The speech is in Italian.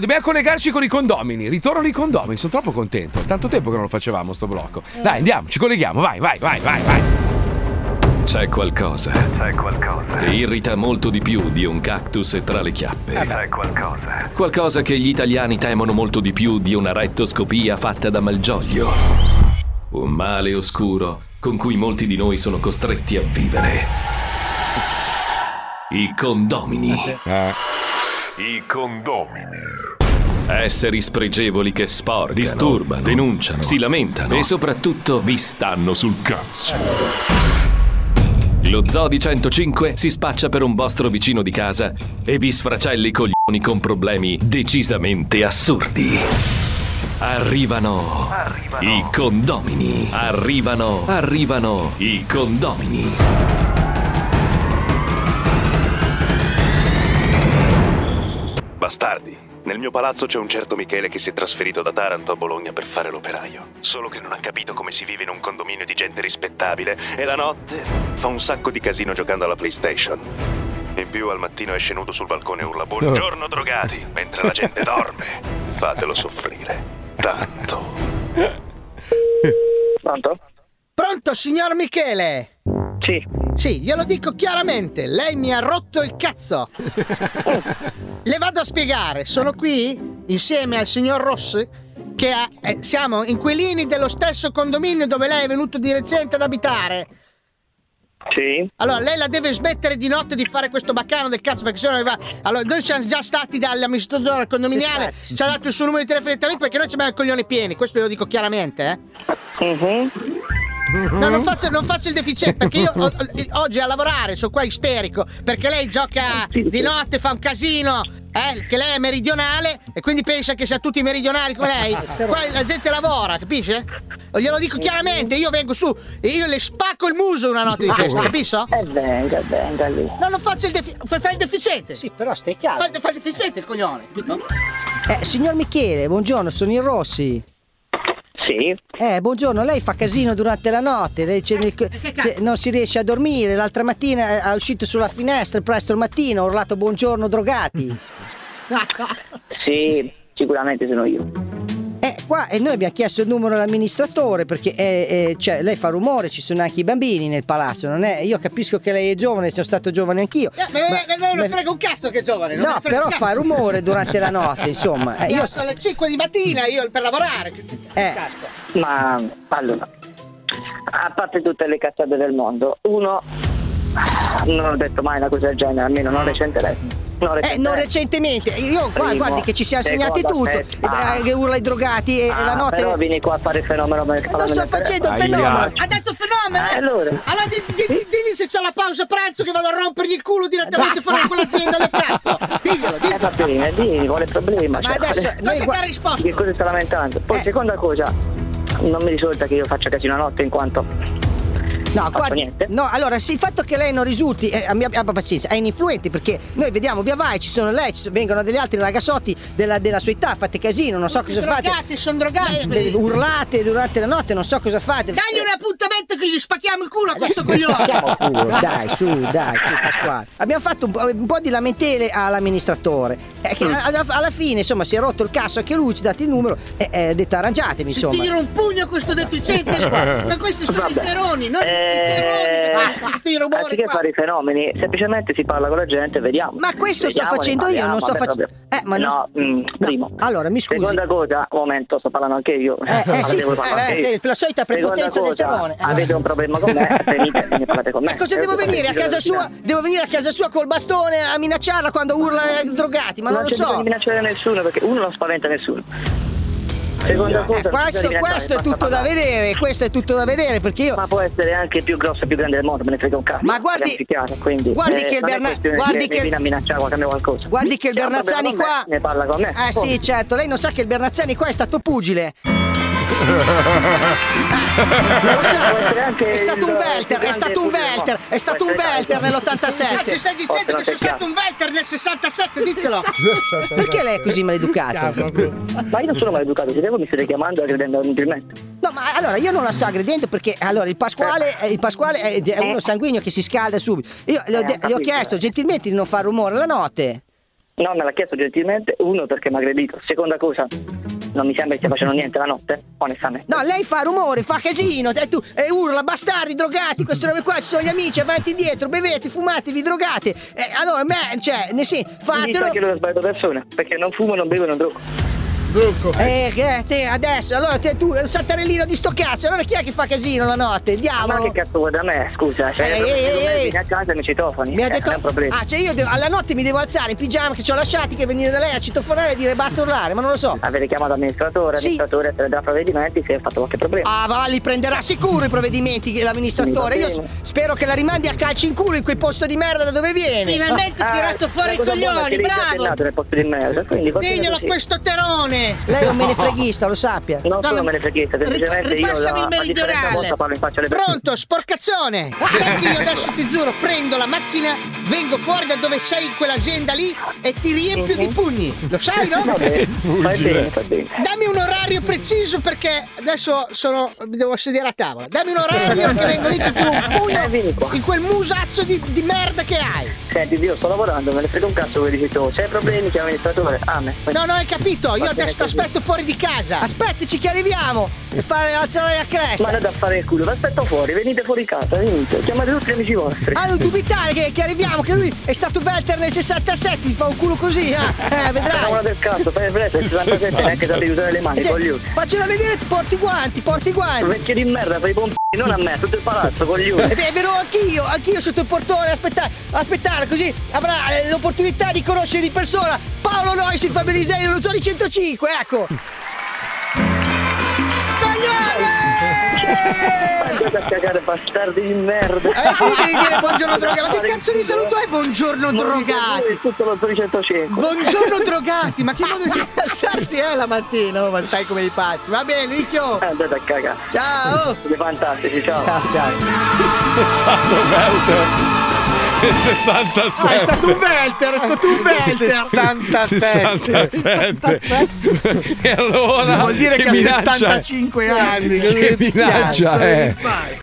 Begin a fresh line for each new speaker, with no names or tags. Dobbiamo collegarci con i condomini. Ritorno nei condomini, sono troppo contento. È Tanto tempo che non lo facevamo sto blocco.
Eh.
Dai, andiamo, ci colleghiamo. Vai, vai, vai, vai, vai.
C'è qualcosa. eh? Che irrita molto di più di un cactus tra le chiappe. qualcosa. che gli italiani temono molto di più di una rettoscopia fatta da malgioglio. Un male oscuro con cui molti di noi sono costretti a vivere. I condomini.
I condomini.
Esseri spregevoli che sporcano, disturbano, denunciano, si lamentano Eh. e soprattutto vi stanno sul cazzo. Lo Zoo di 105 si spaccia per un vostro vicino di casa e vi sfracella i coglioni con problemi decisamente assurdi. Arrivano, i condomini. Arrivano, arrivano i condomini.
Bastardi. Nel mio palazzo c'è un certo Michele che si è trasferito da Taranto a Bologna per fare l'operaio. Solo che non ha capito come si vive in un condominio di gente rispettabile e la notte fa un sacco di casino giocando alla PlayStation. In più al mattino è scenuto sul balcone e urla buongiorno drogati, mentre la gente dorme. Fatelo soffrire. Tanto.
Pronto?
Pronto, signor Michele?
Sì.
Sì, glielo dico chiaramente, lei mi ha rotto il cazzo. Le vado a spiegare, sono qui insieme al signor Rossi, che ha- eh, siamo inquilini dello stesso condominio dove lei è venuto di recente ad abitare.
Sì.
Allora, lei la deve smettere di notte di fare questo baccano del cazzo, perché sennò arriva. Allora, noi siamo già stati dall'amministratore condominiale, ci ha dato il suo numero di telefono direttamente perché noi ci abbiamo i coglioni pieni, questo glielo dico chiaramente, eh.
Mm-hmm.
No,
Mm?
non faccio, non faccio il deficiente perché io o- o- oggi a lavorare sono qua isterico perché lei gioca di notte, fa un casino, eh, che lei è meridionale e quindi pensa che sia tutti meridionali come lei. Qua la gente lavora, capisce? O Glielo dico chiaramente, io vengo su e io le spacco il muso una notte di questo, capisco?
E venga, venga lì.
No, non faccio il deficiente. Fai il deficiente.
Sì, però stai calmo.
Fai, fai il deficiente il coglione, capito?
Eh, signor Michele, buongiorno, sono il Rossi.
Sì.
Eh, buongiorno, lei fa casino durante la notte, lei c'è
Eh,
nel- se- non si riesce a dormire, l'altra mattina eh, è uscito sulla finestra presto il mattino, ha urlato buongiorno drogati.
Sì, sicuramente sono io.
Eh, qua e noi abbiamo chiesto il numero all'amministratore perché eh, eh, cioè, lei fa rumore, ci sono anche i bambini nel palazzo, non è? Io capisco che lei è giovane, sono stato giovane anch'io.
Eh, ma- ma- ma- non me
ma-
ne frega un cazzo che è giovane. non me
No,
ne frega un
però
cazzo.
fa rumore durante la notte, insomma. Eh,
io
io,
sono alle 5 di mattina io per lavorare. Che
eh,
cazzo?
Ma allora, a parte tutte le cazzate del mondo, uno non ho detto mai una cosa del genere, almeno non recentemente. Non
Ah. Eh, non recentemente, io qua,
Primo,
guardi che ci siamo
secondo,
segnati tutto,
terzo.
Eh, che urla i drogati e, e
Ah,
la notte...
Però vieni qua a fare il fenomeno. Non
non sto facendo il
Aia.
fenomeno!
Ha detto fenomeno!
Eh, allora?
Allora di- di- di- digli se c'è la pausa pranzo che vado a rompergli il culo direttamente fuori da quell'azienda del cazzo! Diglielo,
Eh, va
diglielo!
bene, dimmi, qual è il problema?
Ma
Cioè, qual è-
adesso
Cosa
noi
ti ha
gua-
Di
risposto?
che cosa sta lamentando? Poi,
Eh.
seconda cosa, non mi risulta che io faccia casino la notte in quanto.
No,
fatto
guardi,
niente.
no, allora sì, il fatto che lei non risulti, eh, abbia, abbia pazienza, è influente perché noi vediamo via vai, ci sono lei, ci sono- vengono degli altri ragazzotti della, della sua età, fate casino, non so cosa fate.
Drogati, sono drogati!
De- urlate durante la notte, non so cosa fate.
Dagli un appuntamento che gli spacchiamo il culo a questo coglione!
Chiamo pure, dai, su, dai, su, Pasquale. Abbiamo fatto un po', un po' di lamentele all'amministratore. eh, che alla, alla fine, insomma, si è rotto il cazzo anche lui, ci date il numero e eh, ha detto arrangiatemi,
Ci
insomma.
tiro un pugno a questo deficiente qua! Ma questi sono i teroni, non i teroni! Questi rumori
anziché
qua!
Eh, fare i fenomeni, semplicemente si parla con la gente, vediamo.
Ma questo sto
Vediamo,
facendo io, non
parliamo,
sto Eh,
vabbè,
facendo.
proprio. No, mm, primo.
Allora, mi scusi.
Seconda cosa, un momento, sto parlando anche io.
Eh, eh, sì,
Devo parlare
eh,
anche
eh,
io.
sì, la solita
Seconda
prepotenza del
cosa,
terone. Eh.
Avete un problema con me, venite e ne parlate con me.
Ma cosa Ecco, devo venire a casa sua? Devo venire a casa sua col bastone a minacciarla quando urla eh, drogati, ma non,
non
lo
c'è bisogno
so.
di minacciare nessuno perché uno non spaventa nessuno. Seconda cosa, non
Eh,
c'è
questo,
bisogno di
questo è
minacciare,
tutto da
basta parlare.
vedere, questo è tutto da vedere perché io
Ma può essere anche più grosso e più grande del mondo, me ne frega un cazzo.
Ma guardi-
Parliamoci chiaro, quindi, eh,
guardi che il
non è
Berna-
questione
guardi
che,
che-
mi viene a minacciare o cambiare qualcosa.
Guardi che il
C'è un
Bernazzani
problema con
qua.
me, Ne parla con me.
Eh sì, certo, lei non sa che il Bernazzani qua è stato pugile. Ah, Non lo sa.
Può essere anche
è stato un
il-
welter, è
il
stato
grande pugile qua.
un welter, è stato un
Può essere
welter
anche- Ah,
Ma Ah, ci
nell'87.
stai dicendo che sono stato un Welter nel 67, diccelo!
Perché lei è così maleducato?
Ma io non sono maleducato, se devo mi state chiamando e credendo inutilmente.
No, ma allora io non la sto aggredendo perché allora il Pasquale, eh, il Pasquale è, è uno sanguigno che si scalda subito. Io le ho, de-
Eh, ho
le ho
capito,
chiesto
eh.
gentilmente di non far rumore la notte.
No, me l'ha chiesto gentilmente, uno perché mi ha aggredito. Seconda cosa, non mi sembra che stia facendo niente la notte, onestamente.
No, lei fa rumore, fa casino, e tu e urla, bastardi, drogati, queste robe qua, ci sono gli amici, avanti e dietro, bevete, fumate, vi drogate. Eh, allora, me, cioè, ne sì,
Mi sa
fatelo.
che lui ha sbagliato persona, perché non fumo, non bevo, non drogo.
Eh, eh, te, adesso, allora te, tu, il sattarellino di sto cazzo, allora chi è che fa casino la notte?
Ma
Diavolo!
che cazzo vuoi da me, scusa? Cioè,
Ehi,
proprio
ehi,
se tu
ehi,
me
ehi.
vieni a casa e mi citofoni.
Eh, Mi ha
eh,
detto.
non è un problema.
Ah, cioè io devo- alla notte mi devo alzare in pigiama che ci ho lasciati che venire da lei a citofonare e dire basta urlare, ma non lo so.
Avete chiamato amministratore,
Sì.
amministratore se ne dà provvedimenti se ha fatto qualche problema.
Ah, va, li prenderà sicuro i provvedimenti che- l'amministratore.
Mi va
Io
bene.
s- spero che la rimandi a calci in culo in quel posto di merda da dove viene.
Finalmente
Ah,
tirato fuori
la
i
cosa buona è che
coglioni,
lei si è
bravo!
appellato nel posto di merda, quindi continua
Diglielo a
così.
questo terone!
Lei è un menefreghista, lo sappia.
Non
Donna,
sono me ne freghista, semplicemente io la, la
ripassami il
differenza
meridionale.
volta parlo in faccia alle persone.
Pronto, sporcazzone! Senti, Eh. io adesso ti giuro, prendo la macchina, vengo fuori da dove sei in quell'azienda lì e ti riempio
Mhm.
di pugni. Lo sai, no?
Va bene, fai bene, fai bene.
Dammi un orario preciso perché adesso sono. mi devo sedere a tavola. Dammi un orario che vengo lì ti tiro un
Eh, vieni
pugno
qua.
in quel musazzo di, di merda che hai.
Senti, io sto lavorando, me ne frega un cazzo che dici tu. C'hai problemi, chiama l'amministratore. Ah, me.
No, non hai capito, io
Va bene,
adesso ti
così.
aspetto fuori di casa.
Aspetti, ci chiariviamo! E fare alzare la
Ma
cresta.
non da fare il culo, vi aspetto fuori, venite fuori casa, venite, chiamate tutti gli amici vostri.
Ah, non dubitare che chiariviamo che lui è stato Belter nel 67, mi fa un culo così, ah, eh,
La
vedrai.
cavolo del cazzo, fai presto, il 77 neanche sa di usare le mani,
Cioè,
coglioni.
faccela vedere, porti i guanti, porti i guanti.
Vecchio di merda, fai i pompi, non a me, tutto il palazzo, coglioni.
Eh.
Ed È vero anch'io, anch'io sotto il portone, aspettare, aspettare, così avrà eh, l'opportunità di conoscere di persona Paolo Nois, il Fabelisei, lo Zoni 105, ecco.
Andate a cagare bastardi di merda.
Eh, tu devi dire buongiorno droga, ma che cazzo di saluto è buongiorno drogati?
Voi, tutto lo 305.
Buongiorno drogati, ma che modo di alzarsi è la mattina? Oh, ma stai come i pazzi. Va bene, Ricchio.
Andate a cagare.
Ciao!
Siete fantastici, ciao.
Ah,
Ciao, ciao.
E 67.
Ah, è stato un Welter, è stato un Welter.
67. e allora
Vuol dire che, ha
minaccia,
75 anni.
che minaccia eh.
cazzo
è?
devi fare?